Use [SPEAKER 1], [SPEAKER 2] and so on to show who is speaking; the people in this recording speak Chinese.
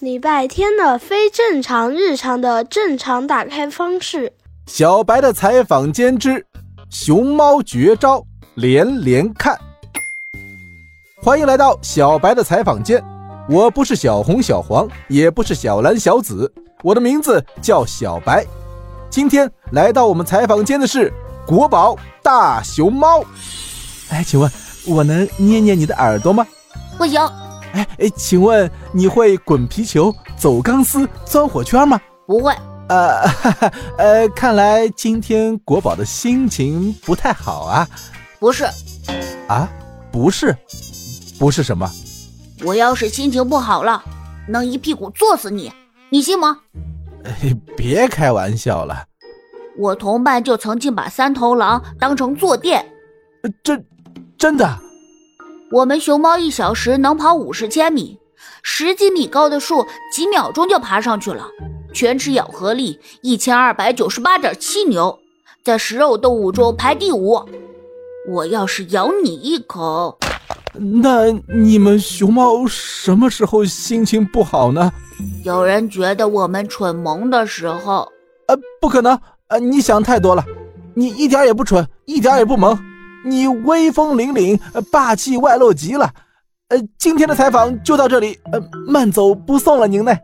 [SPEAKER 1] 礼拜天的非正常日常的正常打开方式。
[SPEAKER 2] 小白的采访间之熊猫绝招连连看。欢迎来到小白的采访间，我不是小红、小黄，也不是小蓝、小紫，我的名字叫小白。今天来到我们采访间的是国宝大熊猫。哎，请问我能捏捏你的耳朵吗？
[SPEAKER 3] 不行，
[SPEAKER 2] 哎哎，请问你会滚皮球、走钢丝、钻火圈吗？
[SPEAKER 3] 不会，
[SPEAKER 2] 呃， 哈哈，呃，看来今天国宝的心情不太好啊
[SPEAKER 3] 不是。
[SPEAKER 2] 啊，不是，不是什么？
[SPEAKER 3] 我要是心情不好了，能一屁股坐死你，你信吗？
[SPEAKER 2] 哎别开玩笑了，
[SPEAKER 3] 我同伴就曾经把三头狼当成坐垫。
[SPEAKER 2] 呃这真的？
[SPEAKER 3] 我们熊猫一小时能跑五十千米，十几米高的树几秒钟就爬上去了，全齿咬合力一千二百九十八点七牛，在食肉动物中排第五。我要是咬你一口，
[SPEAKER 2] 那你们熊猫什么时候心情不好呢？
[SPEAKER 3] 有人觉得我们蠢萌的时候，
[SPEAKER 2] 呃，不可能，呃，你想太多了，你一点也不蠢，一点也不萌，你威风凛凛，呃霸气外露极了。呃，今天的采访就到这里，呃，慢走不送了您嘞。